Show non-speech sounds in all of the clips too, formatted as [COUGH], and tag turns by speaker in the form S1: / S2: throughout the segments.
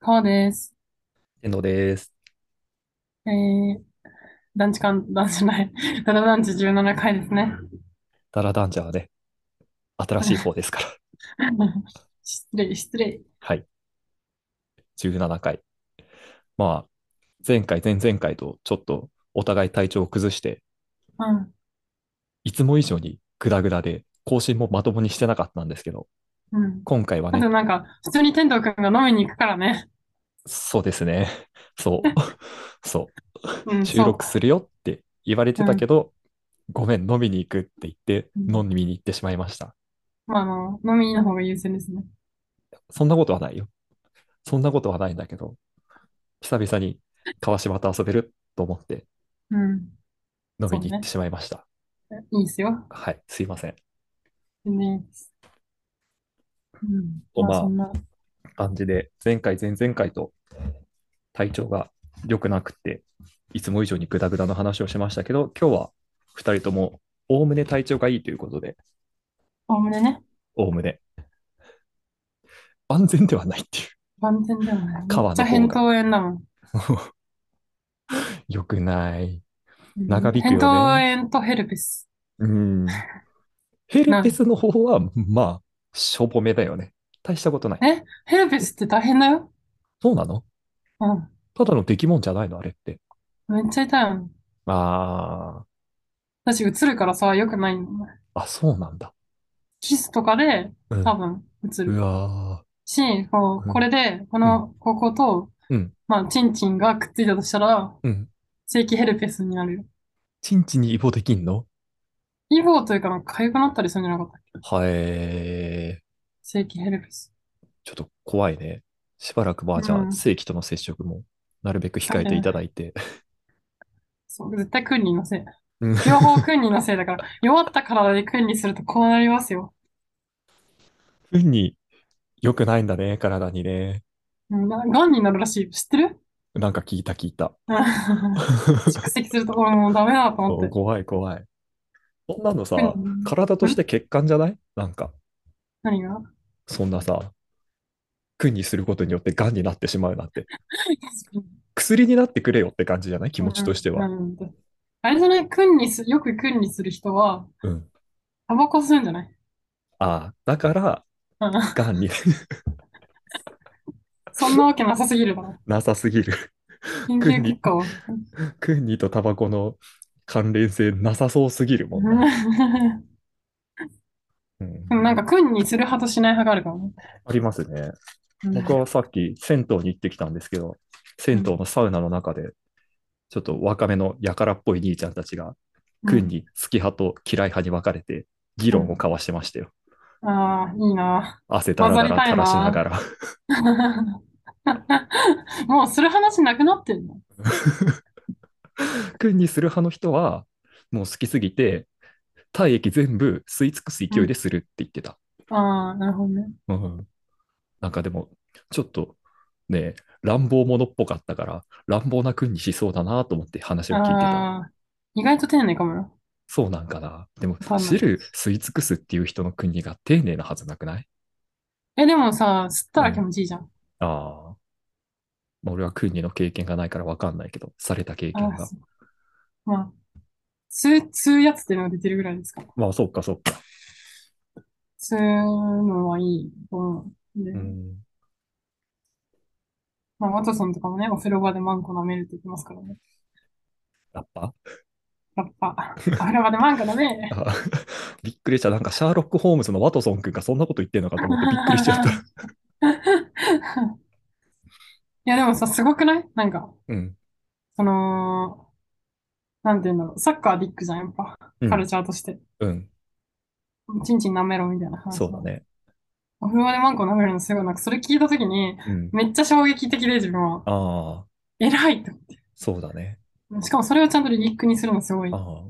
S1: パーです。
S2: 遠藤です。
S1: えー、団地間、団地じゃない、 [LAUGHS] ダダ団地17回ですね。 [LAUGHS]
S2: タラダンジャーはね、新しい方ですから。 [LAUGHS]
S1: 失礼、失礼。
S2: はい。17回。まあ、前回、前々回とちょっとお互い体調を崩して、
S1: うん、
S2: いつも以上にグダグダで、更新もまともにしてなかったんですけど、
S1: うん。
S2: 今回は
S1: あと
S2: ね、
S1: なんか、普通に天童くんが飲みに行くからね。
S2: そうですね。そう。 [LAUGHS] そうう。
S1: ん、
S2: 収
S1: そ
S2: 録するよって言われ
S1: う。
S2: て
S1: う
S2: た
S1: ん。
S2: けど、ごめん、飲みに行くって言って、
S1: うん。
S2: 飲みに行ってしまいました。
S1: まあ、あの、飲みの方が優先ですね。
S2: そんなことはないよ。そんなことはないんだけど、久々に川島と遊べると思って
S1: うん。
S2: 飲み
S1: そう
S2: に行って
S1: ね。
S2: しまいました。
S1: いいですよ。
S2: はい、すいません。
S1: 全然いいです。うん。ま
S2: と、
S1: あ、
S2: ま
S1: そんな、
S2: あ、感じで、前回、前々回と体調が良くなくて、いつも以上にグダグダの話をしましたけど、今日は2人とも、おおむね体調がいいということで、
S1: おおむねね、
S2: おおむね万全ではないっていう、 [LAUGHS]
S1: 万全でもない。めっ
S2: 川
S1: ちゃ
S2: の方
S1: 扁
S2: が
S1: 桃炎だもん。
S2: 良くない。
S1: う
S2: 長
S1: ん。
S2: 引く
S1: 扁
S2: よ
S1: 桃
S2: ね。
S1: 炎とヘルペス。
S2: うん。ヘル
S1: な
S2: ペ
S1: ん、
S2: スの方は、まあ、しょぼめだよね。大したことない。
S1: えヘルペスって大変だよ。
S2: そうなの
S1: うん。
S2: ただの出来もんじゃないのあれって。
S1: めっちゃ痛いもん。
S2: あ
S1: 私、映るからさ、良くないんだよね。
S2: あ、あ、そうなんだ。
S1: キスとかで、
S2: う
S1: 多
S2: ん。
S1: 分、映
S2: う
S1: る。
S2: わ
S1: し、こう、
S2: ー。う
S1: こ
S2: ん。
S1: れで、こ
S2: うん。
S1: の、ここと、
S2: うん。
S1: まあ、チンチンがくっついたとしたら、
S2: うん。
S1: 正規ヘルペスになるよ。
S2: チンチンにイボできんの
S1: イボというか、なんか痒くなったりするんじゃなかったっけ
S2: はえー。
S1: 正規ヘルペス。
S2: ちょっと怖いね。しばらくま
S1: う
S2: あじゃあ、
S1: ん。
S2: 正規との接触もなるべく
S1: だ
S2: 控
S1: っ
S2: え
S1: て
S2: てい
S1: ね、
S2: ただい [LAUGHS] て。
S1: そう、絶対クンリのせい。
S2: うん
S1: 両方クンリのせいだ
S2: [LAUGHS]
S1: から、弱った体でクンリするとこうなりますよ。
S2: 運に良くないんだね、体にね。
S1: うん、な、癌になるらしい。知って
S2: [LAUGHS]
S1: る
S2: なんか聞いた聞いた。
S1: うん蓄積するところもうダメだと思
S2: そう
S1: って。
S2: 怖い怖い。そんなの
S1: クン
S2: さ、体と
S1: リ、ん
S2: して欠陥じゃないなんか、
S1: 何が
S2: そんなさ、訓にすることによって癌になってしまうなんて。薬になってくれよって感じじゃない気
S1: う
S2: 持ちと
S1: ん、
S2: しては。
S1: なんだ。あれじゃない、訓にす、よく訓にする人は、
S2: うん。
S1: タバコ吸うんじゃない [LAUGHS]
S2: ああ、だから、
S1: うん。
S2: 癌に [LAUGHS]
S1: そんなわけなさすぎるだろ。
S2: なさすぎる。
S1: 研
S2: 訓
S1: 究結
S2: に、
S1: 果を。
S2: 訓にとタバコの関連性なさそうすぎるもんな。
S1: [LAUGHS] で
S2: う
S1: もなん
S2: ん。
S1: か訓にする派としない派があるからね。
S2: ありますね。
S1: うん。
S2: 僕はさっき銭湯に行ってきたんですけど、
S1: う
S2: 銭
S1: ん。
S2: 湯のサウナの中で、ちょっと若めのやからっぽい兄ちゃんたちが、
S1: う
S2: 君
S1: ん。
S2: に好き派と嫌い派に分かれて、議論を交わしてましたよ。
S1: うん。ああ、いいな。 [LAUGHS]
S2: 汗だ
S1: 混
S2: ら
S1: ざ
S2: だ
S1: りたい
S2: ら垂らしな
S1: な。
S2: がら
S1: もうする話なくなってんの
S2: [LAUGHS] 君にする派の人は、もう好きすぎて、体液全部吸い尽くす
S1: う
S2: 勢いで
S1: ん。
S2: するって言ってた。
S1: ああ、なるほどね。
S2: うん。なんかでも、ちょっとね、乱暴者っぽかったから、乱暴な君にしそうだなと思って話を聞いてた。
S1: ああ、意外と丁寧かもよ。
S2: そうなんかな。でも、
S1: わかんない。
S2: 汁吸い尽くすっていう人の国が丁寧なはずなくない
S1: え、でもさ、吸った
S2: う
S1: ら気
S2: ん。
S1: 持ちいいじゃん。
S2: ああ。まあ俺は国の経験がないからわかんないけど、された経
S1: あ
S2: 験
S1: あ、
S2: が。
S1: そう。まあ、吸う、吸うやつっていうのが出てるぐらいですから。
S2: まあ、そうか、そうか。
S1: 吸うのはいいと思うんで。
S2: うん。
S1: まあ、ワトソンとかもね、お風呂場でマンコ舐めるって言ってますからね。
S2: やっぱ
S1: やっぱ、 [LAUGHS] お風呂場でマンコ舐める。
S2: あ、 [LAUGHS] びっくりした。なんか、シャーロック・ホームズのワトソン君がそんなこと言ってんのかと思ってびっくりしちゃった。
S1: [LAUGHS] いや、でもさ、すごくないなんか、
S2: うん。
S1: その、なんていうんだろう。サッカービッグじゃん、やっぱ。
S2: う
S1: カル
S2: ん。
S1: チャーとして。
S2: うん。
S1: チンチン舐めろみたいな
S2: そ
S1: 話
S2: うだ
S1: は。
S2: ね。
S1: お風呂場でマンコ舐めるのすごい、なんかそれ聞いたときに、
S2: うん。
S1: めっちゃ衝撃的で自分は、
S2: ああ、
S1: 偉いと思って。
S2: そうだね。
S1: しかもそれをちゃんとリリックにするのすごい
S2: ああ。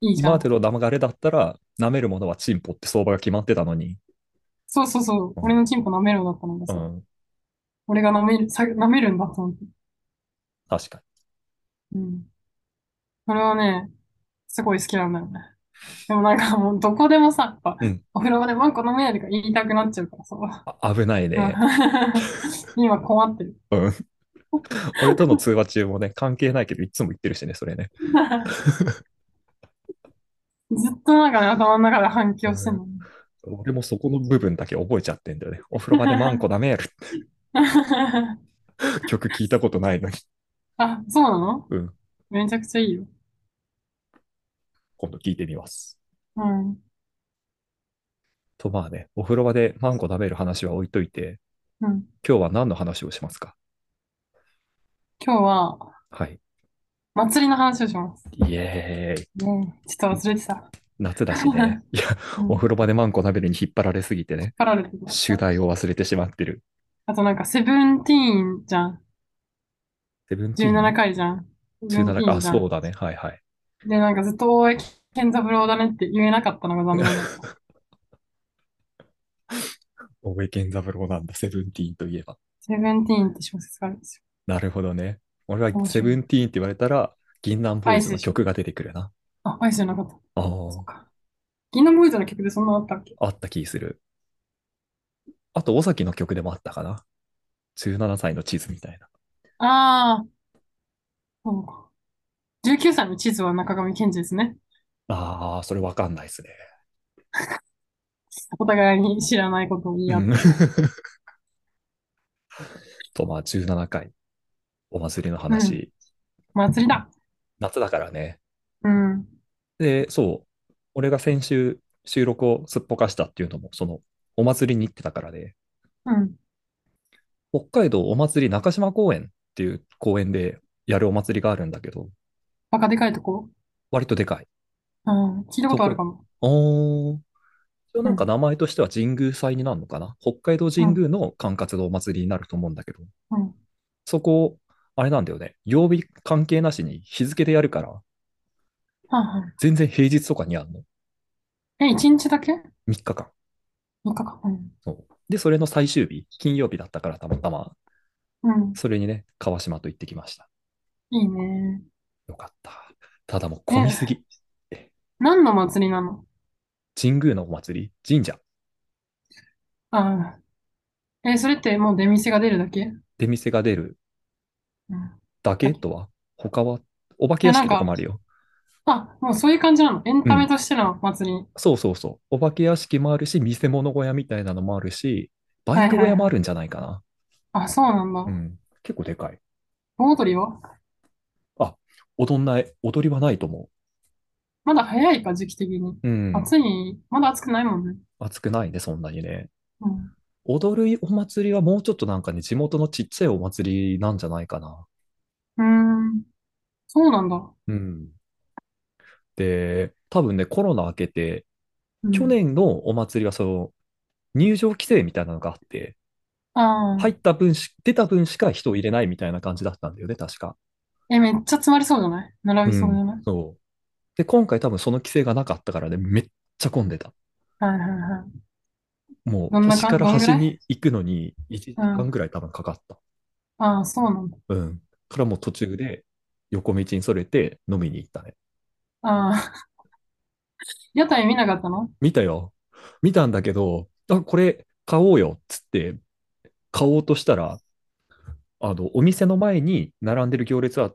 S1: いいじゃ
S2: 今ま
S1: ん
S2: で
S1: と。
S2: の流れだったら、舐めるものはチンポって相場が決まってたのに。
S1: そうそうそう。
S2: う
S1: 俺
S2: ん。
S1: のチンポ舐めるんだったのが
S2: う
S1: さ、
S2: ん。
S1: 俺が舐める、さ、舐めるんだと思って。
S2: 確かに。
S1: うん。それはね、すごい好きなんだよね。でもなんか [LAUGHS] もうどこでもさ、やっぱ
S2: うん
S1: お風呂場でマンコ飲めないとか言いたくなっちゃうからさ。
S2: あ危ないね。
S1: [LAUGHS] 今困ってる。
S2: うん。俺との通話中もね、関係ないけど、いつも言ってるしね、それね。
S1: ずっとなんかね、頭の中で反響してるの。
S2: 俺もそこの部分だけ覚えちゃってんだよね。お風呂場でマンコダメやる曲聞いたことないのに。
S1: [LAUGHS]
S2: [LAUGHS]
S1: あ、そうなの
S2: うん。
S1: めちゃくちゃいいよ。
S2: 今度聞いてみます。
S1: うん。
S2: と、まあね、お風呂場でマンコ食べる話は置いといて、
S1: うん。
S2: 今日は何の話をしますか
S1: 今日は
S2: はい。
S1: 祭りの話をします。
S2: イエーイ。
S1: ねえちょっと忘れてた。
S2: 夏だし
S1: [LAUGHS]
S2: ね。いや、
S1: うん
S2: お風呂場でマンコ食べるに引っ張られすぎてね、
S1: パラレルとか
S2: 主題を忘れてしまってる。
S1: あとなんか、セブンティーンじゃん。
S2: セブンティーン
S1: 17回じゃん。セブンティ
S2: 17
S1: ー
S2: か。
S1: ン
S2: あ、
S1: じゃん
S2: そうだね。はいはい。
S1: で、なんかずっと大江健三郎だねって言えなかったのが残念だ [LAUGHS] った。
S2: 大江健三郎なんだ、セブンティーンといえば。
S1: セブンティーンって小説があるんですよ。
S2: なるほどね。俺
S1: 面白
S2: はセ
S1: い
S2: ブンティーンって言われたら、銀杏ボーイズ
S1: アイ
S2: の
S1: ス
S2: 曲が出てくるな。
S1: あ、アイスじゃなかった。
S2: あ
S1: そっ
S2: あ、
S1: か。銀河ボーイズの曲でそんなのあったっけ
S2: あった気する。あと、尾崎の曲でもあったかな。17歳の地図みたいな。
S1: ああ。そうか。19歳の地図は中上健二ですね。
S2: ああ、それわかんないですね。
S1: お互いに知らないことを言い合って。
S2: [LAUGHS] と、まあ、17回、お祭りの話、
S1: 祭りだ。
S2: 夏だからね。
S1: うん。
S2: で、そう、俺が先週収録をすっぽかしたっていうのも、その、お祭りに行ってたからで、
S1: うん。
S2: 北海道お祭り中島公園っていう公園でやるお祭りがあるんだけど、
S1: バカでかいとこ
S2: 割とでかい。
S1: うん。聞いたことあるかも。
S2: おー。一応なんか名前としては神宮祭になるのかな北海道神宮の管轄のお祭りになると思うんだけど、
S1: うん。
S2: そこ、あれなんだよね。曜日関係なしに日付でやるから、
S1: はんはん。
S2: 全然平日とかにやるの。
S1: え、1日だけ ?3
S2: 3日間。
S1: 日か。うん。
S2: で、それの最終日、金曜日だったからたまたま、
S1: うん。
S2: それにね、川島と行ってきました。
S1: いいね。
S2: よかった。ただもう混みすぎ。
S1: 何の祭りなの
S2: 神宮のお祭り、神社。
S1: ああ。え、それってもう出店が出るだけ
S2: 出店が出る
S1: うん。
S2: だけとは、他は、お化け屋敷とかもあるよ。
S1: あ、もうそういう感じなの。エンタメとしての祭り。
S2: そうそうそう。お化け屋敷もあるし、見せ物小屋みたいなのもあるし、バイク小屋もあるんじゃないかな。
S1: あ、そうなんだ。
S2: うん。結構でかい。
S1: 盆踊りは
S2: 踊んない、踊りはないと思
S1: まだ早いか、時期的に。
S2: う。うん。
S1: 暑い、まだ暑くないもんね。
S2: 暑くないね、そんなにね。
S1: うん。
S2: 踊るお祭りはもうちょっとなんかね、地元のちっちゃいお祭りなんじゃないかな。
S1: うーん。そうなんだ。
S2: うん。で、多分ね、コロナ明けて、
S1: うん
S2: 去年のお祭りはその、入場規制みたいなのがあって、
S1: ああ。
S2: 入った分し、出た分しか人を入れないみたいな感じだったんだよね、確か。
S1: え、めっちゃ詰まりそうじゃない並びそうじゃない
S2: そう。で、今回多分その規制がなかったからね、めっちゃ混んでた。
S1: はいはいはい。
S2: もう
S1: どんな
S2: 端
S1: 感
S2: から
S1: どんぐら
S2: 端
S1: い
S2: に行くのに1時間ぐらい多分かかった。
S1: ああ、そうなんだ。
S2: うん。からもう途中で横道にそれて飲みに行ったね。
S1: ああ。 [LAUGHS] 屋台見なかったの
S2: 見たよ。見たんだけど、あ、これ買おうよっつって買おうとしたら、あの、お店の前に並んでる行列は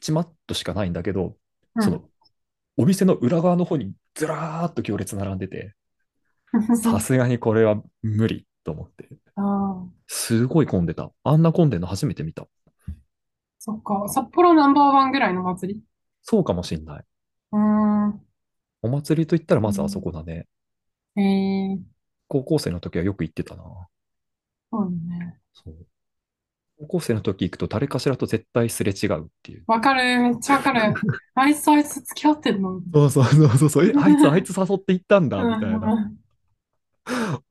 S2: ちまっとしかないんだけど、
S1: うん [LAUGHS]
S2: その、お店の裏側の方にずらーっと行列並んでて、さすがにこれは無理と思って。
S1: ああ。
S2: すごい混んでた。あんな混んでるの初めて見た。
S1: そっか。札幌ナンバーワンぐらいの祭り
S2: そうかもしんない。
S1: うーん。
S2: お祭りといったらまずあそこだね。
S1: ええ
S2: 高校生の時はよく行ってたな。
S1: そうだね。
S2: そう。高校生の時行くと誰かしらと絶対すれ違うっていう。
S1: わかる。めっちゃわか
S2: [LAUGHS]
S1: る。あいつとあいつ付き合ってんの。
S2: そうそうそうそうそう。え、あいつ、あいつ誘って行ったんだ、
S1: うん
S2: みたいな。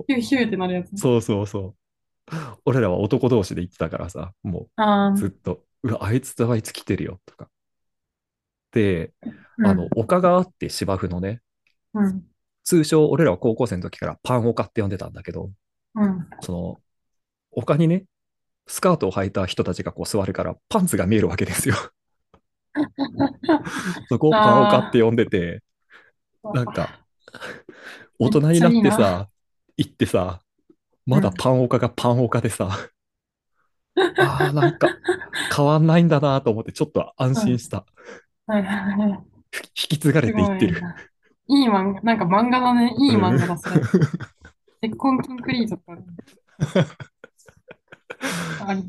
S1: ヒューヒューってなるやつ。
S2: そうそうそう。俺らは男同士で行ってたからさ、も
S1: ああ
S2: うずっと、うわ、あいつとあいつ来てるよ、とか。で、
S1: うん
S2: あの、丘があって芝生のね、
S1: うん。
S2: 通称俺らは高校生の時からパン丘って呼んでたんだけど、
S1: うん。
S2: その、丘にね、スカートを履いた人たちがこう座るから、パンツが見
S1: [LAUGHS]
S2: えるわけですよ。そこをパン丘って呼んでて、なんか、大
S1: めっ
S2: 人に
S1: ちゃ
S2: なっ
S1: いい
S2: て
S1: な。
S2: さ、行ってさ、
S1: う
S2: まだ
S1: ん。
S2: パンオカがパンオカでさ、ああ、なんか変わんないんだなと思ってちょっと安
S1: う
S2: 心
S1: ん。
S2: した。
S1: はいはいはい。
S2: ふ引き継がれ
S1: す
S2: ていっ
S1: ご
S2: て
S1: い
S2: る。
S1: な。いい漫画、なんか漫画だね。いい漫
S2: うん。
S1: 画だ、
S2: [LAUGHS]
S1: それ。結婚キンクリートとかあり。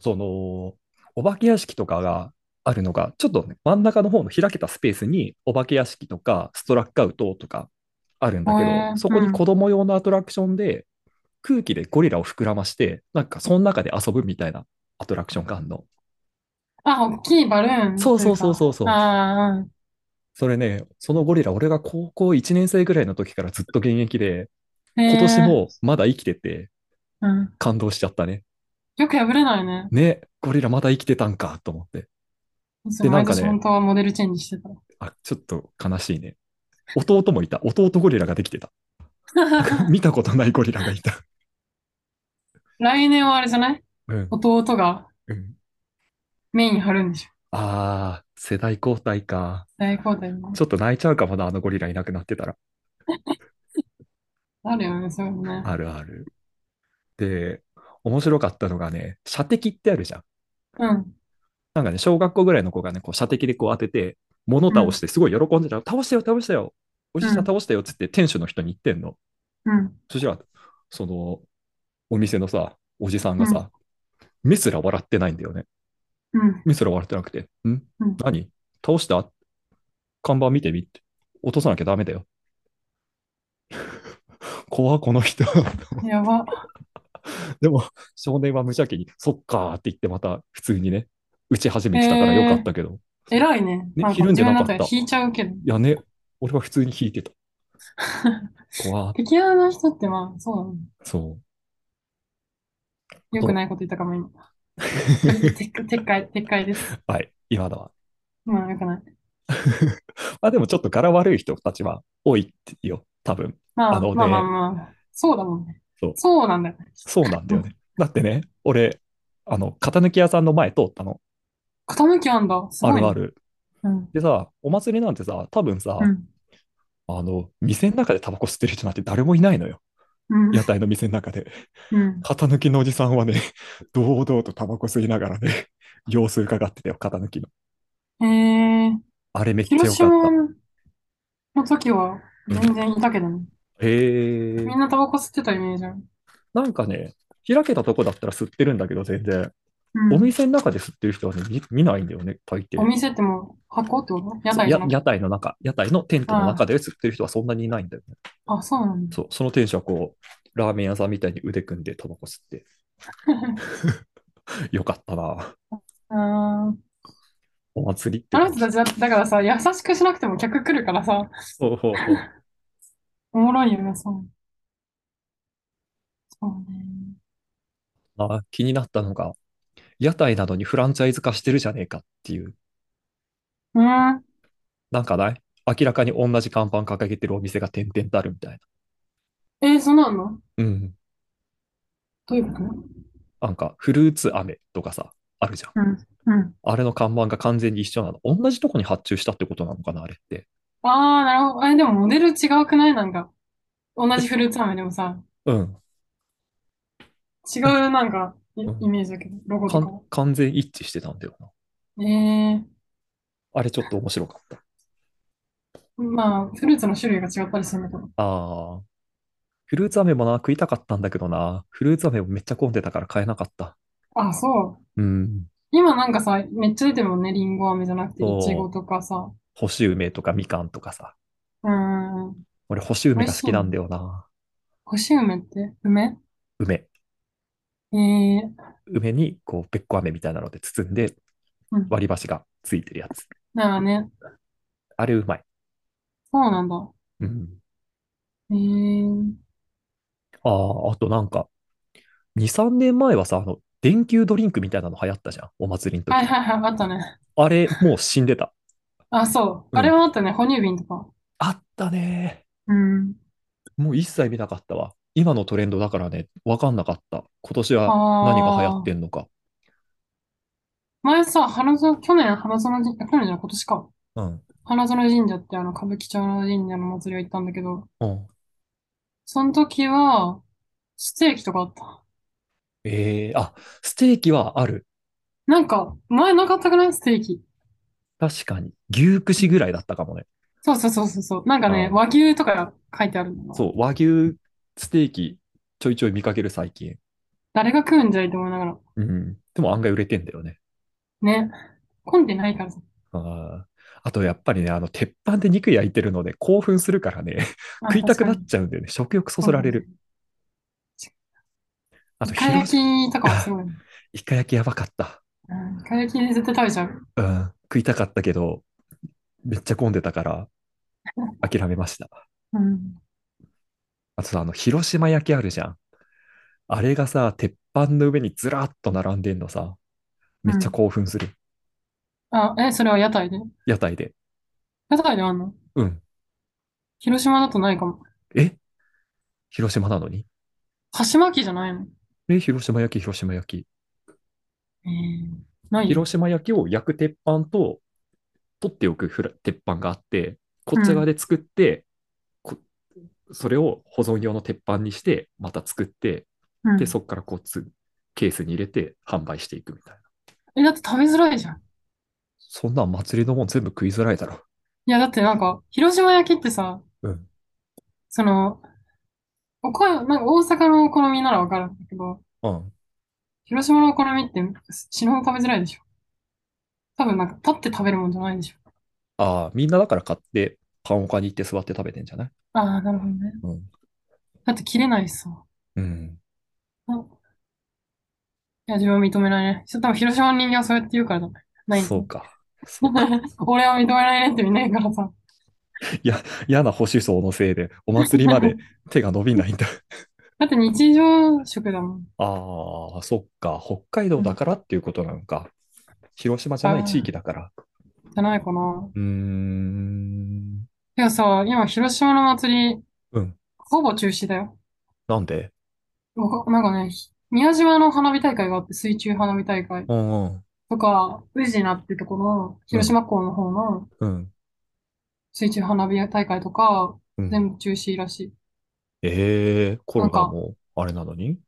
S2: その、お化け屋敷とかがあるのが、ちょっとね、真ん中の方の開けたスペースにお化け屋敷とかストラックアウトとかあるんだけど、
S1: えー、
S2: そうこに子
S1: ん。
S2: 供用のアトラクションで空気でゴリラを膨らまして、なんかその中で遊ぶみたいなアトラクションがあるの。
S1: あ、大きいバルーン
S2: そう
S1: とい
S2: そううそう
S1: か。
S2: そうそう。
S1: ああ、
S2: それね、そのゴリラ、俺が高校1年生ぐらいの時からずっと現役で、
S1: へ
S2: 今年
S1: え、
S2: もまだ生きてて
S1: うん。
S2: 感動しちゃったね。
S1: よく破れないね。
S2: ね、ゴリラまだ生きてたんかと思って。
S1: そう、
S2: で、な
S1: 毎
S2: んか
S1: 年
S2: ね、
S1: 本当はモデルチェンジしてた。
S2: あ、ちょっと悲しいね。弟もいた。弟ゴリラができてた。 [LAUGHS] 見たことないゴリラがいた。
S1: [LAUGHS] 来年はあれじゃない
S2: うん、
S1: 弟が
S2: うん。
S1: メイン張るんでしょ。
S2: あー、世代交代か。
S1: 大交代も。
S2: ちょっと泣いちゃうかもな、あのゴリラいなくなってたら。
S1: あるよね、そういうのね。
S2: あるある。で、面白かったのがね、射的ってあるじゃん。
S1: うん、
S2: なんかね、小学校ぐらいの子がね、こう射的でこう当てて、物
S1: う
S2: 倒し
S1: ん、
S2: て、すごい喜んでたら、倒したよ、倒したよ、お
S1: う
S2: じさん
S1: ん、
S2: 倒したよっつって、店主の人に言ってんの。
S1: うん、
S2: そしたら、その、お店のさ、おじさん
S1: う
S2: が
S1: ん、
S2: さ、目すら笑ってないんだよね。
S1: うん、
S2: 目すら笑ってなくて、ん
S1: うん。
S2: 何倒した看板見てみって。落とさなきゃダメだよ。 [LAUGHS] 怖っこの人。 [LAUGHS]
S1: やば。
S2: でも、少年は無邪気に、そっかーって言って、また普通にね、打ち始め
S1: へ
S2: てたからよかっ
S1: え、
S2: たけど、
S1: 偉いね。
S2: ね、
S1: なん
S2: ひ
S1: か
S2: るん
S1: 自
S2: で
S1: 分
S2: な
S1: だっ
S2: か
S1: た
S2: っ
S1: ら
S2: た。
S1: 引いちゃうけど。 [LAUGHS]
S2: いやね、俺は普通に弾いてた。怖っ。
S1: 敵キの人ってまあ、そうだね。
S2: [LAUGHS] そう。あ
S1: よく
S2: と、
S1: ないこと言ったかも、今。 [LAUGHS] い、撤回、撤回、撤回です。
S2: はい、今だわ。
S1: まあ、よくない。
S2: まあでもちょっと柄悪い人たちは多いよ、多分。あ
S1: まあ、
S2: の
S1: まあまあ
S2: ね、
S1: まあ、そうだもんね。
S2: そう、
S1: そうなんだよね。
S2: そうなんだよね。だってね、俺、あの、型抜き屋さんの前通ったの。
S1: 傾きあんだ。す
S2: あ
S1: ごい
S2: る
S1: ね。
S2: ある。
S1: うん、
S2: でさ、お祭りなんてさ、多分
S1: う
S2: さ、
S1: ん、
S2: あの、店の中でタバコ吸ってる人なんて誰もいないのよ。
S1: うん、
S2: 屋台の店の中で。
S1: うん。
S2: 型抜きのおじさんはね、 [LAUGHS] 堂々とタバコ吸いながらね、様子伺ってたよ、型抜きの。
S1: えー、
S2: あれめっちゃ
S1: 広
S2: 良かった。
S1: 島の時は
S2: う
S1: 全
S2: ん。
S1: 然いたけどね。
S2: へ
S1: み
S2: え。
S1: んなタバコ吸ってたイメージある。
S2: なんかね、開けたとこだったら吸ってるんだけど、全然。
S1: う
S2: お
S1: ん。
S2: 店の中で吸ってる人はね、見、見ないんだよね、大
S1: お
S2: 抵。
S1: 店ってもう箱ってこと屋
S2: そう、
S1: 台じゃ
S2: や、
S1: なく
S2: 屋
S1: て。
S2: 台の中、屋台のテントの
S1: あ
S2: 中で吸ってる人はそんなにいないんだよね。
S1: あ、あ、そうなんだ。
S2: そう、その店主はこう、ラーメン屋さんみたいに腕組んでタバコ吸って、
S1: [LAUGHS]
S2: [LAUGHS] よかったな。
S1: あー
S2: お祭りって
S1: あの
S2: 感
S1: 人
S2: じ。
S1: たちだ、だからさ、優しくしなくても客来るからさ、
S2: そうそうそう。
S1: おもろいよね、そう。そうね。
S2: あ、気になったのが、屋台などにフランチャイズ化してるじゃねえかっていう、
S1: うん。
S2: なんかない明らかに同じ看板掲げてるお店が点々とあるみたいな。
S1: えー、そうなんの
S2: うん。
S1: どういうこと
S2: なんか、フルーツ飴とかさ、あるじゃん。
S1: うん。うん。
S2: あれの看板が完全に一緒なの。同じとこに発注したってことなのかな、あれって。
S1: ああ、なるほど。え、でもモデル違うくないなんか、同
S2: え
S1: じフルーツ飴でもさ、
S2: うん。
S1: 違う
S2: なんか、
S1: なんか、イ
S2: う
S1: イ
S2: ん。
S1: メージだけど、ロゴ
S2: か
S1: と
S2: ん、
S1: か
S2: 完全一致してたんだよな。
S1: ええ
S2: あれちょっと面白かった。
S1: ー、まあ、フルーツの種類が違ったりするのかな。
S2: ああ。フルーツ飴もな、食いたかったんだけどな。フルーツ飴もめっちゃ混んでたから買えなかった。
S1: あ、そう。
S2: うん。
S1: 今なんかさ、めっちゃ出てるもんね、リンゴ飴じゃなくて、イチゴ
S2: そう。
S1: とかさ。
S2: 干し梅とかみかんとかさ。
S1: うーん、
S2: 俺、干し梅
S1: 美味
S2: が好
S1: し
S2: き
S1: そう
S2: な
S1: なんの。
S2: だよな。
S1: 干し梅って梅
S2: 梅。
S1: ええー、
S2: 梅に、こう、べっこ飴みたいなので包んで、
S1: うん。
S2: 割り箸がついてるやつ。
S1: なんかね、
S2: あれ、うまい。
S1: そうなんだ。
S2: うん。
S1: ええー、
S2: ああ、あとなんか、2、3年前はさ、あの、電球ドリンクみたいなの流行ったじゃん。お祭りの
S1: はい
S2: 時。
S1: はいはい、あったね。
S2: あれ、もう死ん
S1: [LAUGHS]
S2: でた。
S1: あ、そう。
S2: う
S1: あれ
S2: ん。
S1: もあったね、哺乳瓶とか。
S2: あったね。
S1: うん。
S2: もう一切見なかったわ。今のトレンドだからね、わかんなかった。今年は何が流行っ
S1: あ
S2: て
S1: あ。
S2: んのか。
S1: 前さ、花園、去年、花園神、あ去年じゃない、今年か。
S2: うん。
S1: 花園神社ってあの、歌舞伎町の神社の祭りは行ったんだけど、
S2: うん。
S1: その時は、ステーキとかあった。
S2: ええあ、ステーキはある。
S1: なんか、前なかったくないステーキ。
S2: 確かに。牛串ぐらいだったかもね。
S1: そうそうそうそうそう。なんかね、
S2: ああ、
S1: 和牛とか書いてあるのが。
S2: そう、和牛ステーキちょいちょい見かける最近。
S1: 誰が食うんじゃいと思いながら。
S2: うん。でも案外売れてんだよね。
S1: ね。混んでないからさ。
S2: あーあとやっぱりね、あの、鉄板で肉焼いてるので興奮するからね、
S1: まあ
S2: [LAUGHS] 食いた
S1: 確
S2: く
S1: か
S2: な
S1: に。
S2: っちゃうんだよね。食欲そ
S1: そ
S2: そうら
S1: だ
S2: れ
S1: ね。
S2: る。あと、
S1: イカ焼
S2: 広し、
S1: きとかはすごい。うん、
S2: イカ焼きやばかった。
S1: イカ焼きで絶対食べちゃう。
S2: うん。食いたかったけど、めっちゃ混んでた
S1: [LAUGHS]
S2: から諦めました。
S1: うん。
S2: あとさ、あの、広島焼きあるじゃん。あれがさ、鉄板の上にずらっと並んでんのさ、
S1: う
S2: めっちゃ
S1: ん。
S2: 興奮する。
S1: あ、え、それは屋台で
S2: 屋台で。
S1: 屋台であんの
S2: うん。
S1: 広島だとないかも。
S2: え広島なのに
S1: 箸巻きじゃないの
S2: え、広島焼き、広島焼き。
S1: えー、ないよ。
S2: 広島焼きを焼く鉄板と、取っておくフラ鉄板があって、こ
S1: う
S2: っち側
S1: ん。
S2: で作って、こそれを保存用の鉄板にして、また作って、
S1: う
S2: で、
S1: ん。
S2: そこからこうつ、ケースに入れて販売していくみたいな。
S1: え、だって食べづらいじゃん。
S2: そんなん祭りのもん全部食いづらいだろ。
S1: いや、だってなんか、広島焼きってさ、
S2: うん。
S1: その、おこ、なんか大阪のお好みならわかるんだけど、
S2: うん。
S1: 広島のお好みって死ぬほど食べづらいでしょ。多分なんか立って食べるもんじゃないでしょ。
S2: ああ、みんなだから買って、パンオカに行って座って食べてんじゃない
S1: ああ、なるほどね。
S2: うん。
S1: だって切れないしさ。
S2: うん。
S1: あいや、自分は認めないね。ちょっと多分広島の人間はそうやって言うからだ。ないんだ
S2: そ
S1: よ
S2: う
S1: ね。
S2: か。そうか。
S1: 俺は認めないねってみんな言うからさ。
S2: いや、嫌な保守層のせいで、お祭りまで手が伸びないんだ。
S1: だって日常食だもん。
S2: ああ、そっか。北海
S1: う
S2: 道だ
S1: ん。
S2: からっていうことなのか。広島じゃない地
S1: あ
S2: 域だから。
S1: あ、じゃないかな。
S2: うーん。
S1: でもさ、今広島の祭り、
S2: うん。
S1: ほぼ中止だよ。
S2: なんで
S1: わかなんかね、ひ宮島の花火大会があって、水中花火大会
S2: うんうん。
S1: とか、宇治なってとこの、
S2: う
S1: 広
S2: ん。
S1: 島港の方の
S2: うん。
S1: 水中花火大会とか、
S2: うん。
S1: 全部中止らしい。
S2: ええ、コ
S1: な
S2: ロ
S1: ん
S2: ナ
S1: か、
S2: もあれなのに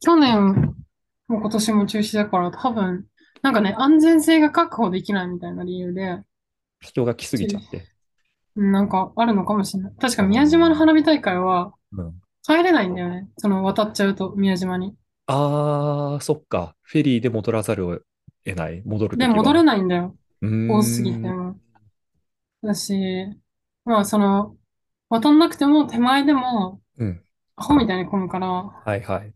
S1: 去年も今年も中止だから、多分、なんかね、安全性が確保できないみたいな理由で、
S2: 人が来すぎち
S1: 中
S2: ゃって。
S1: うんなんかあるのかもしれない。確
S2: あ
S1: か
S2: あ、
S1: 宮島の花火大会は、
S2: うん。
S1: 帰れないんだよね。その渡っちゃうと、宮島に。
S2: ああ、そっか。フェリーで戻らざるを得ない。戻る
S1: で、
S2: とき
S1: 戻
S2: は。
S1: れないんだよ。
S2: うー
S1: 多すぎて
S2: ん。
S1: も。だし、まあその、渡んなくても手前でも、
S2: うん。
S1: アホみたいに混むから、
S2: はいはい。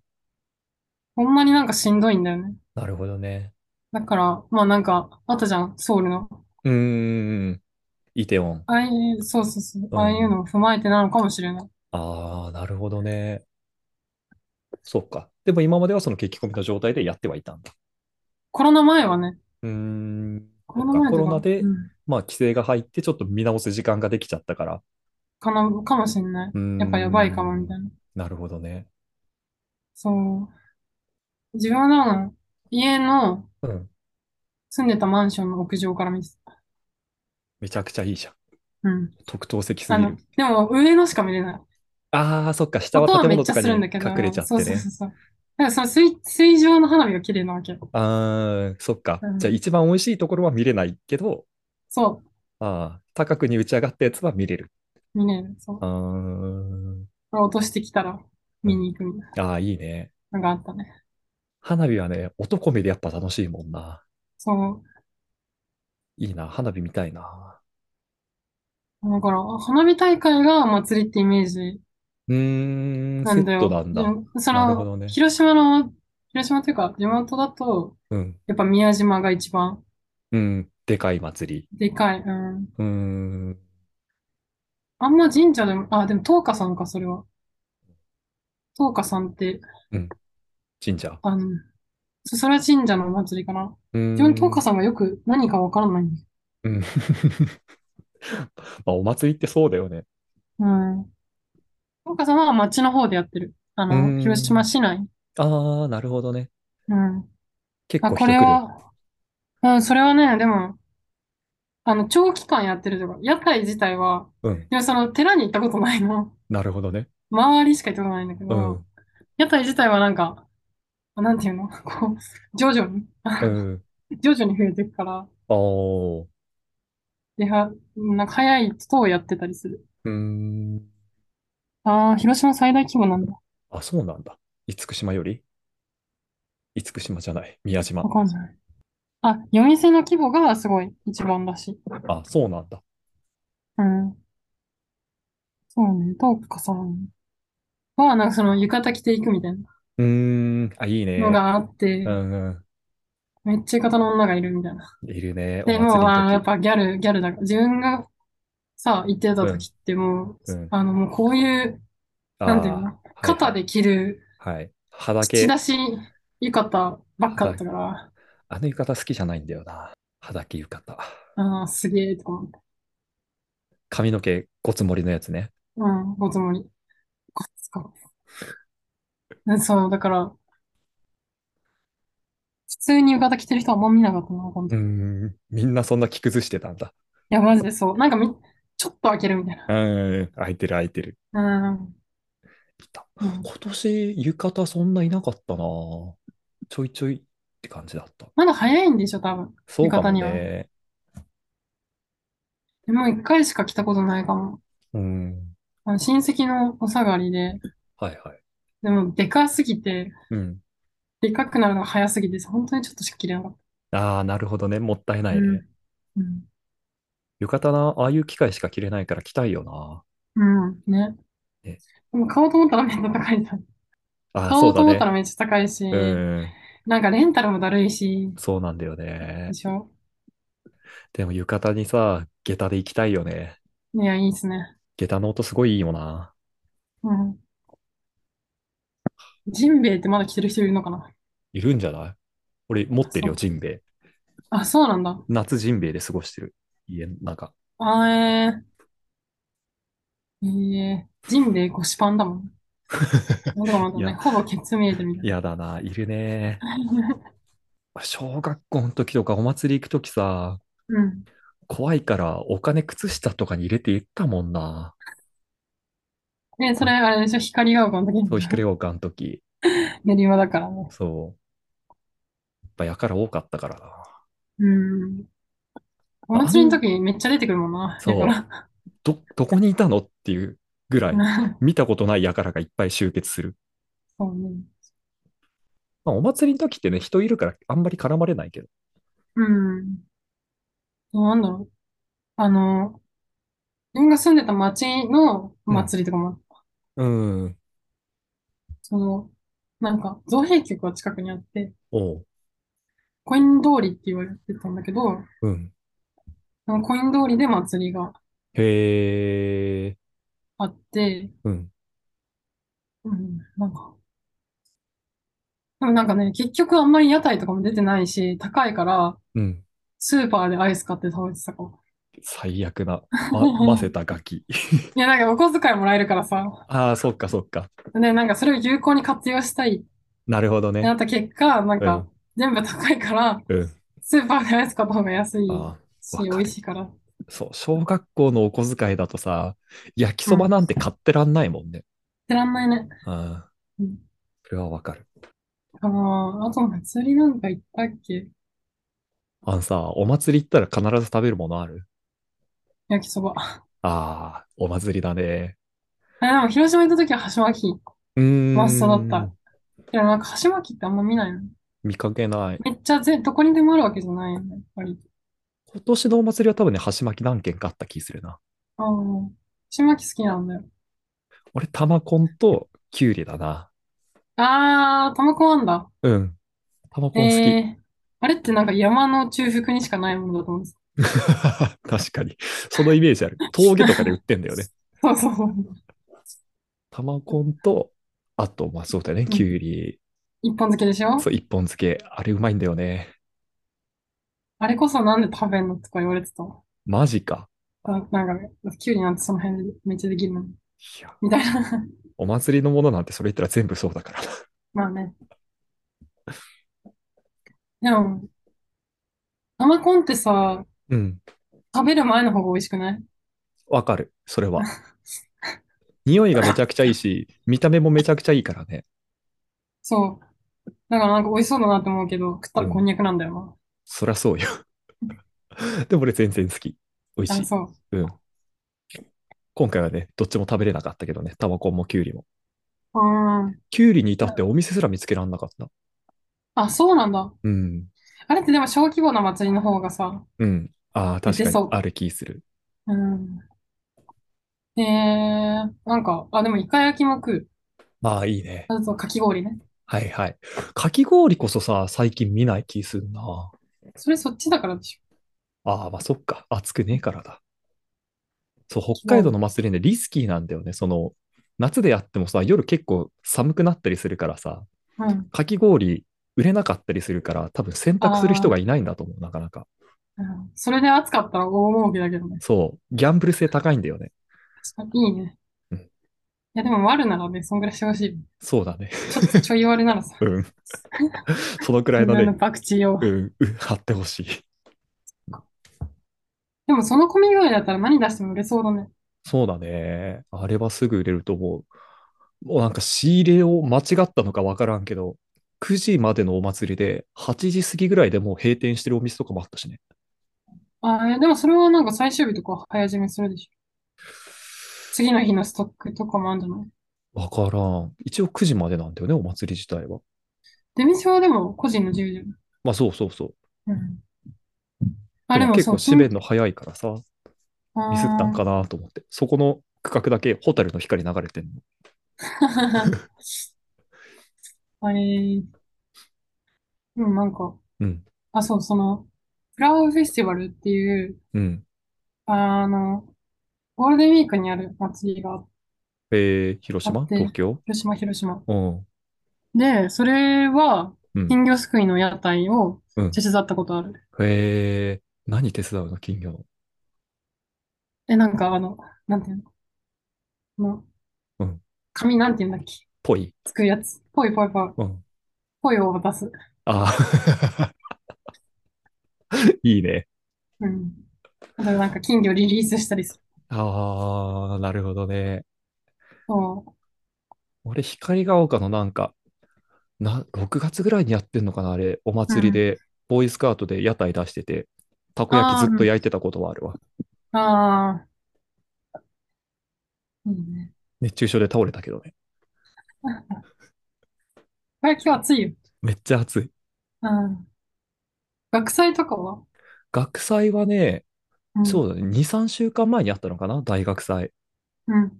S1: ほんまになんかしんどいんだよね。
S2: なるほどね。
S1: だから、まあなんか、あったじゃん、ソウルの。
S2: うーん。イテウォン。
S1: ああいう、そうそうそう、
S2: う。
S1: ああいうんのを踏まえてなのかもしれない。
S2: ああ、なるほどね。そうか。でも今まではその聞き込みの状態でやってはいたんだ。
S1: コロナ前はね、
S2: うーん。
S1: コ
S2: そ
S1: ロ
S2: っ
S1: ナ前
S2: か。コ
S1: と
S2: ロ
S1: か、
S2: ナ
S1: う
S2: で、
S1: ん、
S2: まあ、規制が入って、ちょっと見直す時間ができちゃったから。
S1: かな、かもしれない。
S2: うー
S1: やっぱやばいかも、み
S2: ん。
S1: たいな。
S2: なるほどね。
S1: そう。自分はなんか家の
S2: うん。
S1: 住んでたマンションの屋上から見てた。
S2: めちゃくちゃいいじゃん。
S1: うん。
S2: 特等席す
S1: あ
S2: ぎ
S1: の、
S2: る。
S1: でも上のしか見れない。
S2: ああ、そっか。下は
S1: 音は
S2: 建
S1: めっ
S2: 物
S1: ち
S2: と
S1: ゃ
S2: か
S1: するん
S2: に
S1: だけ
S2: 隠れち
S1: ど、
S2: ゃっ
S1: そう
S2: て
S1: そう
S2: ね。
S1: そうそう。だからその水、水上の花火が綺麗なわけ。う
S2: ああ、そっか。じゃあ
S1: ん。
S2: 一番美味しいところは見れないけど、
S1: そ
S2: ああ、高くに打ち上がったやつは見れる。
S1: う。見れる。そう。
S2: あー
S1: これ落としてきたら
S2: う
S1: 見
S2: ん。
S1: に行くみたい
S2: ああ、いいね。
S1: なのがあったね。
S2: 花火はね、男目でやっぱ楽しいもんな。
S1: そ
S2: いいな、花火見たいな。
S1: う。だから、花火大会が祭りってイメージ
S2: うーん、
S1: な
S2: セ
S1: ん
S2: ッ
S1: だ
S2: ト
S1: よ。
S2: なん
S1: で
S2: だ。
S1: も、そ
S2: なるほ
S1: の、
S2: どね。
S1: 広島の、広島というか、地元だと、
S2: うん。
S1: やっぱ宮島が一番
S2: うん、でかい祭り。
S1: でかい。うん。
S2: うーん。
S1: あんま神社でも、あ、でも東華さんか、それは。東華さんって、
S2: うん、神社。
S1: あの、そそれは神社のお祭りかな。
S2: うー
S1: 自分、東華
S2: ん。
S1: さんがよく何かわからないんだよ。
S2: うん。まあ、お祭りってそうだよね。
S1: うん。東華さんは町の方でやってる。あ
S2: うー
S1: の、広島
S2: ん。
S1: 市内。
S2: ああ、なるほどね。
S1: うん。
S2: 結
S1: あ、
S2: 構
S1: こ
S2: 人
S1: れ
S2: 来る。
S1: は、うん、それはね、でも、あの、長期間やってるとか、屋台自体は、
S2: うん。
S1: いや、その、寺に行ったことないの。
S2: なるほどね。
S1: 周りしか行ったことないんだけ
S2: う
S1: ど
S2: ん、。
S1: 屋台自体はなんか、あなんていうのこう、徐々に、
S2: うん。
S1: 徐々に増えていくから、
S2: あー。
S1: で、は、なんか早い人をやってたりする。
S2: うーん。
S1: ああ、広島最大規模なんだ。
S2: あ、そうなんだ。厳島より厳島じゃない。宮島
S1: わ。かんない。あ、夜店の規模がすごい一番だしい。
S2: あ、そうなんだ。
S1: うん。そうね、トークかさは、なんかその浴衣着ていくみたいな
S2: うーん。あ、いいね。
S1: のがあって
S2: う、んう
S1: めっちゃ浴衣の女がいるみたいな。
S2: ん。いるね。
S1: で、
S2: お祭り
S1: もう、あーや
S2: の
S1: っ
S2: 時。
S1: ぱギャル、ギャルだから、自分がさ、行ってた時ってもう、
S2: うん
S1: あの、もうこういう、なんていうの、
S2: あー
S1: 肩
S2: はい
S1: で着る、
S2: はい。はい。裸
S1: 口出し浴衣ばっかだったから、
S2: あの浴衣好きじゃないんだよな。裸着浴衣。
S1: ああ、すげえ、とか思って。
S2: 髪の毛、ごつ盛りのやつね。
S1: うん、ごつもり。ごつか。でそう、だから、普通に浴衣着てる人はあんま見なかったな、ほん
S2: う
S1: と
S2: ーん。みんなそんな着崩してたんだ。
S1: いや、マジでそう。なんかみ、ちょっと開けるみたいう
S2: ーん。空いてる空いてる。
S1: な。うん。
S2: いた。
S1: うん
S2: 今年、浴衣そんないなかったな。ちょいちょいって感じだった。
S1: まだ早いんでしょ、多分。
S2: そうかも
S1: 浴衣に
S2: ね。
S1: でも一回しか着たことないかも。
S2: うん。
S1: あの親戚のお下がりで、
S2: はいはい。
S1: でもでかすぎて、
S2: うん。
S1: でかくなるのが早すぎて、本当にちょっとしか着れなかっ
S2: ああ、なるほどね。もったいないね。
S1: た。うん。
S2: 浴衣な、ああいう機会しか着れないから着たいよな。
S1: うん、ね。
S2: ね
S1: でも買おうと思ったらめっちゃ高いじゃん。
S2: あ
S1: 買
S2: あ、
S1: お
S2: そう
S1: うと
S2: だ
S1: 思っ
S2: ね
S1: た。らめっちゃ高いし、
S2: うん。
S1: なんかレンタルもだるいし、
S2: そうなんだよね
S1: で。しょ
S2: でも浴衣にさ、下駄で行きたいよね。
S1: いや、いいっすね。
S2: 下駄の音すごいいいよな。
S1: うん。ジンベエってまだ着てる人いるのかない
S2: るんじゃない俺持ってるよ、
S1: そ
S2: ジンベエ。
S1: あ、そうなんだ。
S2: 夏ジンベエで過ごしてる。家の中。
S1: あえー、えー、ジンベエ腰パンだも
S2: [LAUGHS]
S1: ん。まだまだ
S2: い
S1: ね、
S2: や
S1: ほぼケツ見えてみたい
S2: やだな、いるね。 [LAUGHS]
S1: な。
S2: 小学校の時とかお祭り行く時さ、
S1: うん。
S2: 怖いからお金靴下とかに入れて行ったもんな。
S1: え、それ、あれでしょ、光が丘の時
S2: そう、
S1: に
S2: 光が丘の時。
S1: 練馬だからね。
S2: そう。やっぱやから多かったからな。
S1: うん。お祭りの時めっちゃ出てくるもんな。
S2: そう
S1: だか
S2: ど、どこにいたのっていうぐらい、
S1: ら。
S2: 見たことないやからがいっぱい集結する。
S1: [LAUGHS] そうね。
S2: まあ、お祭りの時ってね、人いるからあんまり絡まれないけど。
S1: うん。なんだろう。あの、自分が住んでた町のお祭りとかもあった、
S2: うん。
S1: その、なんか、造幣局が近くにあって、
S2: おう。
S1: コイン通りって言われてたんだけど、
S2: うん。
S1: そのコイン通りで祭りが
S2: へえ。
S1: あって、
S2: うん。
S1: うん、なんか、でもなんかね、結局あんまり屋台とかも出てないし、高いから、
S2: うん。
S1: スーパーでアイス買って食べてたかも。
S2: 最悪な。 [LAUGHS] ま、混ぜたガキ。
S1: いや、なんかお小遣いもらえるからさ、
S2: ああ、そっかそっか。
S1: で、なんかそれを有効に活用したいって
S2: なるほど
S1: な
S2: ね。
S1: った結果、なん
S2: う
S1: か
S2: ん、
S1: 全部高いから、
S2: うん。
S1: スーパーでアイス買った方が安い
S2: あ
S1: し、
S2: わかる
S1: 美味しいから。
S2: ーそう。小学校のお小遣いだとさ、焼きそばなんて買ってらんないもんね。
S1: てらんないね。
S2: うん。
S1: うん
S2: それはわかる。
S1: あのーあと祭りなんか行ったっけ
S2: あのさ、お祭り行ったら必ず食べるものある
S1: 焼きそば。
S2: ああ、お祭りだね。
S1: あ、でも広島行った時は箸巻き。
S2: うーん。
S1: マストだった。いや、なんか箸巻きってあんま見ないの。
S2: 見かけない。
S1: めっちゃぜ、どこにでもあるわけじゃないよね、やっぱり。
S2: 今年のお祭りは多分ね、箸巻き何件かあった気するな。
S1: ああ、箸巻き好きなんだよ。
S2: 俺、玉コンとキュウリだな。
S1: あー、玉子あんだ。
S2: うん。玉コン好き。
S1: えー、あれってなんか山の中腹にしかないものだと思うんです。
S2: [LAUGHS] 確かに。そのイメージある。峠とかで売ってん
S1: [LAUGHS]
S2: だよね。
S1: そうそうそう。
S2: 玉コンと、あと、まあそうだよね、
S1: ん
S2: きゅうり、
S1: 一本漬けでしょ
S2: そう、一本漬け。あれうまいんだよね。
S1: あれこそなんで食べんのとか言われてた。
S2: マジか。
S1: あなんか、キュウリなんてその辺でめっちゃできるのに。
S2: いや、
S1: みたいな。 [LAUGHS]
S2: お祭りのものなんてそれ言ったら全部そうだからな。 [LAUGHS]
S1: まあね。でも、生コンってさ、
S2: うん。
S1: 食べる前の方が美味しくない
S2: わかる、そ
S1: [LAUGHS]
S2: れは。匂いがめちゃくちゃいいし、見た目もめちゃくちゃいいからね。
S1: そう。だからなんか美味しそうだなって思うけど、食ったら
S2: うん
S1: こんにゃくなんだよ
S2: そりゃ
S1: [LAUGHS]
S2: そうよ。でも俺全然好き。美味
S1: な。
S2: し
S1: あ、
S2: い。
S1: そう。
S2: うん。今回はね、どっちも食べれなかったけどね、タバコもキュウリも。
S1: うん。
S2: キュウリに至ってお店すら見つけらんなかった。
S1: あ、そうなんだ。
S2: うん。
S1: あれってでも小規模な祭りの方がさ、
S2: うん。ああ、確か
S1: 出
S2: に
S1: そう
S2: ある気する。
S1: うん。えー、なんか、あ、でもイカ焼きも食う。
S2: まあいいね。
S1: あとかき氷ね。
S2: はいはい。かき氷こそさ、最近見ない気すんな。
S1: それそっちだからでし
S2: ああ、まあそっか。暑くねえからだ。そう、北海道の祭りね、リスキーなんだよね。その、夏でやってもさ、夜結構寒くなったりするからさ、
S1: ょ。うん。
S2: かき氷売れなかったりするから、多分選択する人がいないんだと思う、なかなか。
S1: うんそれで暑かったら大儲けだけどね。
S2: そう、ギャンブル性高いんだよね。
S1: いいね。
S2: うん
S1: いや、でも悪ならね、そんぐらいしてほしい。
S2: そうだね。、
S1: ちょっとちょい悪ならさ
S2: [LAUGHS] うん。そのくらい
S1: みん
S2: の
S1: なの
S2: ね、
S1: 博打を。
S2: うん、うん貼ってほしい。
S1: でもその込み具合だったら何出しても売れそうだね。
S2: そうだね。あれはすぐ売れると思う。もうなんか仕入れを間違ったのかわからんけど、9時までのお祭りで、8時過ぎぐらいでもう閉店してるお店とかもあったしね。
S1: あ、いやでもそれはなんか最終日とか早締めするでしょ。次の日のストックとかもあるんじゃない
S2: わからん。一応9時までなんだよね、お祭り自体は。
S1: 出店はでも個人の自由じゃん。
S2: まあそうそうそう。
S1: うん。あ、
S2: で
S1: で
S2: も
S1: も
S2: 結
S1: そう、
S2: 構閉めるの早いからさ、ミスったん
S1: あ
S2: かなと思って。そこの区画だけ、ホタルの光流れてんの。
S1: ーあれ、うん、なんか、
S2: うん、
S1: あ、そう、その、フラワーフェスティバルっていう、
S2: うん。
S1: あの、ゴールデンウィークにある祭りが、
S2: えー、広
S1: だ
S2: 島、
S1: って
S2: 東京
S1: 広島、広島。
S2: うん。
S1: で、それは
S2: うん、
S1: 金魚すくいの屋台を
S2: うん
S1: 手伝ったことある。
S2: えー、何手伝うの、金魚の。
S1: え、なんか、あの、なんていうのあの、
S2: うん
S1: 紙なんていうんだっけ
S2: ぽい。
S1: つくやつ。ぽいぽいぽい。
S2: うん。
S1: ぽいを渡す。 [LAUGHS]
S2: ああいいね。
S1: うん。あとなんか金魚リリースしたりする。
S2: ああ、なるほどね。
S1: そう。
S2: 俺、光が丘のなんか、な、6月ぐらいにやってんのかな、あれ、お祭りで、ボーイスカートで屋台出してて、たこ焼きずっと焼いてたことはあるわ。
S1: ああ。いいね。
S2: 熱中症で倒れたけどね。
S1: これ今日暑いよ。
S2: めっちゃ暑い。
S1: うん。学祭とかは
S2: 学祭はね、
S1: うん。
S2: そうだね、2、3週間前にあったのかな、大学祭。
S1: うん。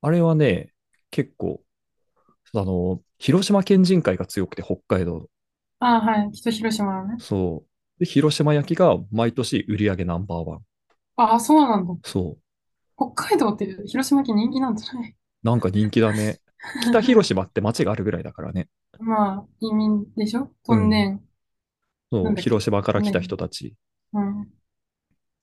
S2: あれはね、結構、あの、広島県人会が強くて、北海道の。
S1: ああ、はい。きっと広島だね。
S2: そう。で、広島焼きが毎年売り上げナンバーワン。
S1: ああ、そうなんだ。
S2: そう。
S1: 北海道って広島県人気なんじゃない
S2: なんか人気
S1: [LAUGHS]
S2: だね。北広島って町があるぐらいだからね。
S1: まあ、移民でしょトンネン。
S2: そ
S1: な
S2: う、
S1: んだっけ
S2: 広島から来た人たち。
S1: うん。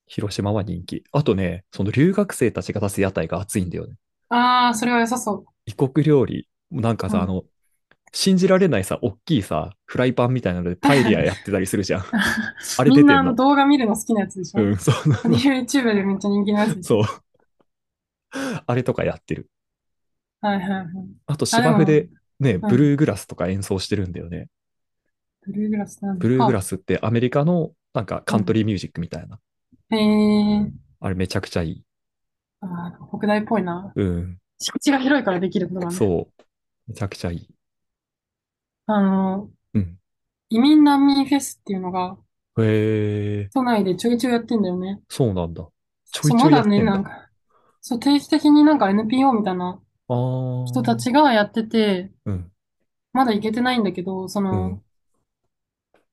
S2: 広島は人気。あとね、その留学生たちが出す屋台が熱いんだよね。
S1: ああ、それは良さそう。
S2: 異国料理。なんか
S1: う
S2: さ、
S1: ん
S2: あの、信じられないさ、おっきいさ、フライパンみたいなのでパエリアやってたりするじゃん。あれ出
S1: み
S2: てん
S1: ん [LAUGHS]
S2: の
S1: なあの動画見るの好きなやつでしょ
S2: うん、そうなの。
S1: YouTube でめっちゃ人気なやつでしょ
S2: そう。あれとかやってる。
S1: はいはいはい。
S2: あと芝生でね、
S1: も
S2: ブルーグラスとか演奏してるんだよね。
S1: ブルーグラスなんだ。
S2: ブルーグラ
S1: ス。
S2: スってアメリカのなんかカントリーミュージックみたいな。
S1: へえ。
S2: あれめちゃくちゃいい。
S1: あー北大っぽいな。
S2: うん。
S1: 敷地が広いからできることがね。
S2: そう。めちゃくちゃいい。
S1: あの、
S2: うん。
S1: 移民難民フェスっていうのが、
S2: へえ、
S1: 都内でちょいちょいやってんだよね。
S2: そうなんだ。ちょい
S1: そう、
S2: ち
S1: ま
S2: ょいや
S1: だ
S2: って
S1: ね、
S2: んだ。
S1: なんか、そう、定期的になんか NPO みたいな
S2: ああ。
S1: 人た。ちがやってて、
S2: うん。
S1: まだ行けてないんだけど、そうの
S2: ん、。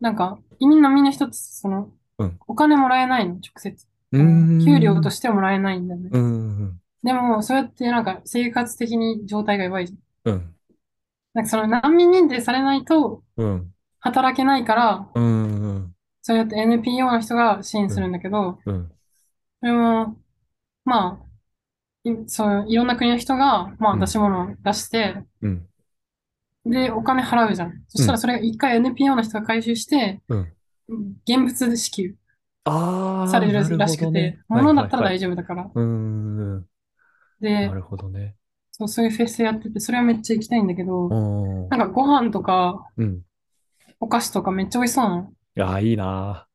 S1: なんか、移民難民の人って、その
S2: うん、
S1: お金もらえないの、直接。
S2: うーん。
S1: 給料としてはもらえないんだよね。
S2: うんうん。
S1: でも、そうやってなんか生活的に状態がやばいじゃん。
S2: うん。
S1: なんかその難民認定されないと
S2: うん。
S1: 働けないから、
S2: うん。うん。
S1: そうやって NPO の人が支援するんだけど、
S2: うん。
S1: それも、まあ、いそう、いろんな国の人が、ま
S2: う
S1: あ
S2: ん
S1: 出し物を出して、
S2: うん。
S1: で、お金払うじゃん。そしたらそれ一回 NPO の人が回収して
S2: うん、
S1: 現物支給。
S2: あ
S1: さ
S2: あ、
S1: れ
S2: な
S1: る
S2: る
S1: ら
S2: ほ
S1: しく
S2: ど
S1: て
S2: ね。、はい
S1: 物だ
S2: は
S1: っ
S2: い
S1: たら
S2: は
S1: 大
S2: い。
S1: 丈夫だから。
S2: うーん、
S1: で、
S2: なるほどね。
S1: そう、そういうフェスやってて、それはめっちゃ行きたいんだけ
S2: う
S1: ど、
S2: ん、う
S1: なんかご飯とか
S2: ん。
S1: お菓子とかめっちゃ美味しそうなの。
S2: いやー、いいな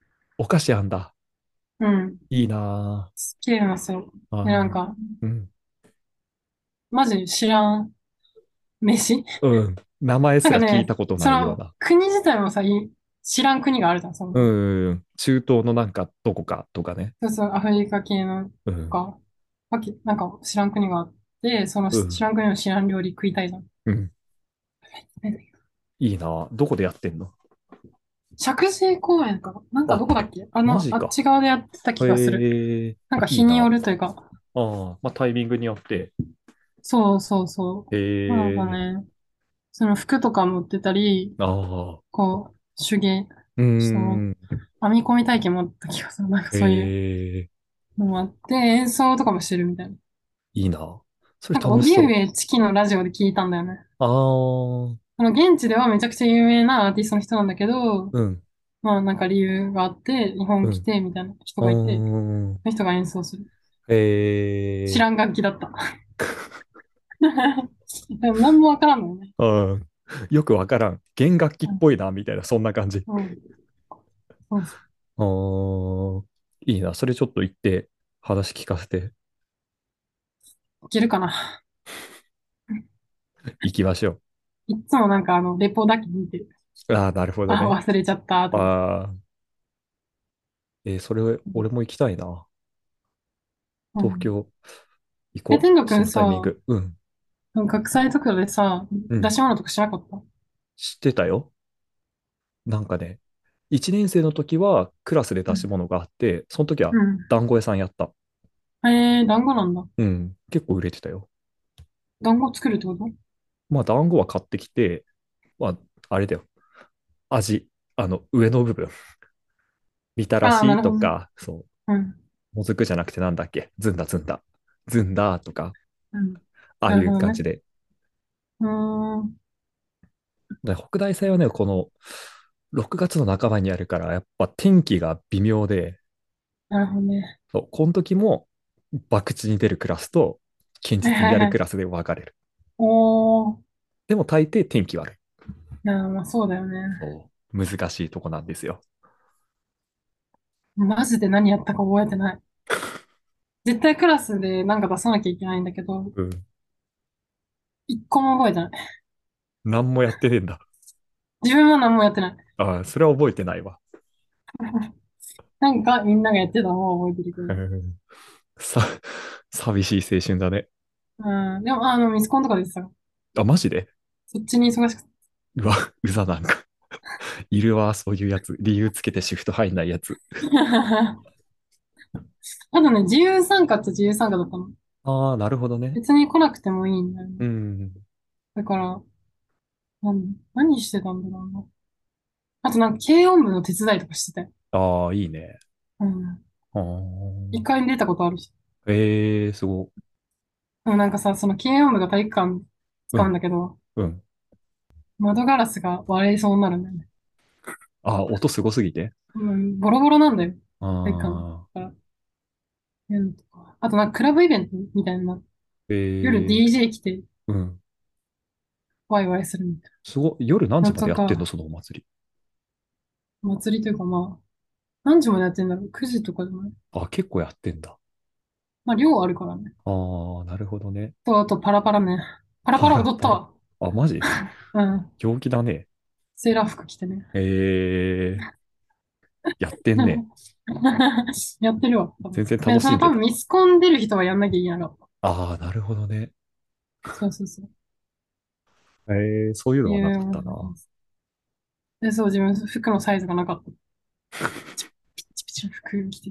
S2: ー。お菓子あんだ。
S1: うん。
S2: いいな
S1: 綺麗なんですよ。
S2: ー。
S1: で、なん
S2: あ
S1: か、
S2: ーうん。
S1: マジ知らん飯
S2: うん。名前
S1: なん
S2: す
S1: から
S2: 聞い
S1: ね、
S2: たこと
S1: そ
S2: ないよう
S1: の
S2: な。
S1: 国自体もさ、い知らん国があるじゃん、その、
S2: うん。中東のなんかどこかとかね。
S1: そうそう、アフリカ系の
S2: う
S1: と
S2: ん。
S1: か、わけ、なんか知らん国があって、その
S2: う
S1: 知
S2: ん。
S1: らん国の知らん料理食いたいじゃん。
S2: うん。いいな。どこでやってんの
S1: 石神井公園かな、なんか
S2: あ、
S1: どこだっけあ
S2: マ
S1: の、
S2: ジ
S1: あっ
S2: か。
S1: ち側でやってた気がする。
S2: へえ。
S1: なん
S2: あ、
S1: か
S2: いい
S1: 日によ
S2: な。
S1: るというか、
S2: ああ、まあタイミングによって。
S1: そうそうそう。なんか
S2: へえ。
S1: ね、その服とか持ってたり、
S2: ああ。
S1: こう、手芸、
S2: うー
S1: その、
S2: ん。
S1: 編み込み体験もあった気がする。なんかそういう
S2: へえ。
S1: のもあって、演奏とかもしてるみたいな。
S2: いいな。それ
S1: なんか、
S2: 楽し
S1: 荻
S2: そ
S1: 上チキのラジオで聞いたんだよね。
S2: う。ああ。
S1: その現地ではめちゃくちゃ有名なアーティストの人なんだけど、
S2: うん。
S1: まあなんか理由があって、日本
S2: う
S1: 来
S2: ん。
S1: てみたいな人
S2: う
S1: がいて、
S2: ーん。
S1: その人が演奏する。
S2: へ
S1: 知
S2: え。
S1: らん楽器だった。
S2: [LAUGHS]
S1: でも何もわからんのよね。
S2: うん。よくわからん。弦楽器っ
S1: うん、
S2: ぽいな、みたいな、そんな感じ。
S1: うん、そうそう。
S2: あーいいな。それちょっと行って話聞かせて
S1: いけるかな。
S2: いきましょ
S1: いっつもなんかあの、レポだけ見てる。
S2: う。ああ、なるほど
S1: あ、
S2: ね。
S1: 忘れちゃったと思って。
S2: ああ、えーそれ、
S1: う
S2: 俺
S1: ん。
S2: も行きたいな。
S1: う
S2: 東
S1: ん
S2: 京行
S1: え、
S2: こう。
S1: 天童く
S2: そ
S1: ん
S2: のタイミ
S1: さ、
S2: ング。うん。
S1: 学祭とかでさ、
S2: う
S1: 出
S2: ん。
S1: し物とかしなかった
S2: 知ってたよ。なんかね、1年生の時はクラスで
S1: う
S2: 出し
S1: ん。
S2: 物があって、その時は
S1: う
S2: 団子屋さんやった。
S1: ん。えー、団子なんだ。
S2: うん。結構売れてたよ。
S1: 団子作るってこと
S2: まあ、団子は買ってきて、まあ、あれだよ。味。あの、上の部分。みたら
S1: ああー、なる
S2: し
S1: ほ
S2: と
S1: どね。
S2: か、そう。
S1: うん。
S2: もずくじゃなくてなんだっけずんだずんだ。ずんだとか、
S1: うん。
S2: ああ
S1: なる
S2: いう
S1: ほど
S2: 感
S1: ね。
S2: じで。
S1: うーん。
S2: で北大祭はね、この6月の半ばにやるから、やっぱ天気が微妙で、
S1: なるほどね。
S2: そう、この時も博打に出るクラスと、堅
S1: はい
S2: 実に
S1: は
S2: や
S1: い
S2: る
S1: は
S2: ク
S1: い。
S2: ラスで分かれる。
S1: おー。
S2: でも大抵天気悪い。
S1: なあ、まあそうだよね。
S2: そう難しいとこなんですよ。
S1: マジで何やったか覚えてない。絶対クラスでなんか出さなきゃいけないんだけど、
S2: うん。
S1: 一個も覚えてない。
S2: 何もやってねえんだ。
S1: 自分は何もやってない。
S2: ああ、それは覚えてないわ。
S1: なんかみんながやってたのを覚えてるけ
S2: う
S1: ど。
S2: ん。さ、寂しい青春だね。
S1: うん。でも、あの、ミスコンとかでさ、
S2: あ、マジで
S1: そっちに忙しくて、 [LAUGHS]
S2: うわ、うざなんか。いるわ、そういうやつ。理由つけてシフト入んないやつ。
S1: あとね、自由参加っちゃ自由参加だったの。
S2: ああ、なるほどね。
S1: 別に来なくてもいいんだよね。
S2: うん。
S1: だから、何、何してたんだろうな。あとなんか軽音部の手伝いとかしてたよ。
S2: ああ、いいね。
S1: うん。
S2: あ
S1: 一
S2: ー
S1: 回出たことあるし。
S2: ええすご。
S1: でもなんかさ、その軽音部が体育館
S2: う
S1: 使うん
S2: ん、
S1: だけど、
S2: うん。
S1: 窓ガラスが割れそうになるんだよね。
S2: ああ、音すごすぎて。
S1: うん、ボロボロなんだよ。体育館
S2: ああ、
S1: から。やるのとか。あとなんかクラブイベントみたいな。夜
S2: ええ
S1: DJ 来て
S2: うん。
S1: ワイワイするみたい
S2: すごい。夜何
S1: な。
S2: 時
S1: 夏
S2: まで
S1: と
S2: やってんの、
S1: か、
S2: そのお祭り。
S1: 祭りというかまあ、何時までやってんだろう ?9 時とかじゃない
S2: あ、結構やってんだ。
S1: まあ、量あるからね。
S2: ああ、なるほどね。
S1: と、あとパラパラね。パラパ
S2: パ
S1: ラ
S2: ラ
S1: 踊った
S2: パ [LAUGHS] ラ。
S1: わ。
S2: あ、
S1: [LAUGHS]
S2: マジ
S1: うん。
S2: 陽気だね。
S1: セーラー服着てね。
S2: ええやってんね。
S1: [LAUGHS] やってるわ、多分。
S2: 全然
S1: で、
S2: 楽
S1: そ
S2: し
S1: の
S2: んで
S1: 多分 [LAUGHS]
S2: た。
S1: ミスコン出る人はやんなきゃいけなかった。
S2: ああ、なるほどね。
S1: そうそう
S2: [LAUGHS]
S1: そう。
S2: ええそういうの
S1: い
S2: はなかっ
S1: う
S2: た
S1: 思い
S2: な。
S1: ます。で、そう、自分、服のサイズがな
S2: [LAUGHS]
S1: かった。ピチピチの服着て、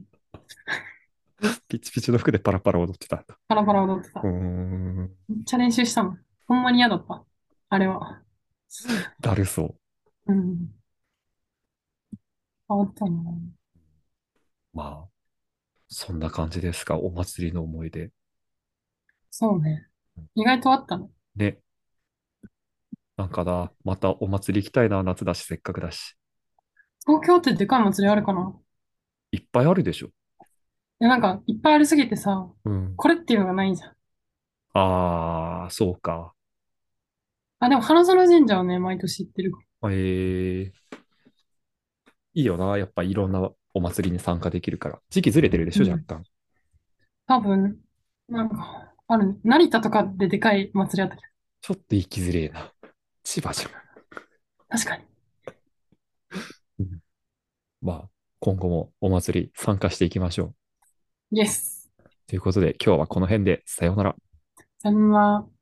S2: ピチピチの服でパラパラ踊ってたんだ。
S1: パラパラ踊って
S2: うー
S1: た。
S2: ん、
S1: めっちゃ練習したもん。ほんまに嫌だった。あれは。
S2: だるそう。
S1: うん。変わったな。
S2: まあ、そんな感じですか、お祭りの思い出。
S1: そうね。意外とあったね。
S2: ね、なんかな、またお祭り行きたいな、夏だし、せっかくだし。
S1: 東京ってでかい祭りあるかな
S2: いっぱいあるでしょ。
S1: でなんか、いっぱいありすぎてさ、
S2: うん。
S1: これっていうのがないじゃん。
S2: ああ、そうか。
S1: あ、でも、花園神社はね、毎年行ってる。
S2: ええいいよな。やっぱいろんなお祭りに参加できるから。時期ずれてるでしょ、
S1: うん
S2: 若干。
S1: 多分、なんか、あるね。成田とかででかい祭りあったけど。
S2: ちょっと行きづれえな。千葉じゃん。
S1: 確かに。
S2: まあ、今後もお祭り参加していきましょう。
S1: イエス。
S2: ということで、今日はこの辺で、さようなら。
S1: さよなら。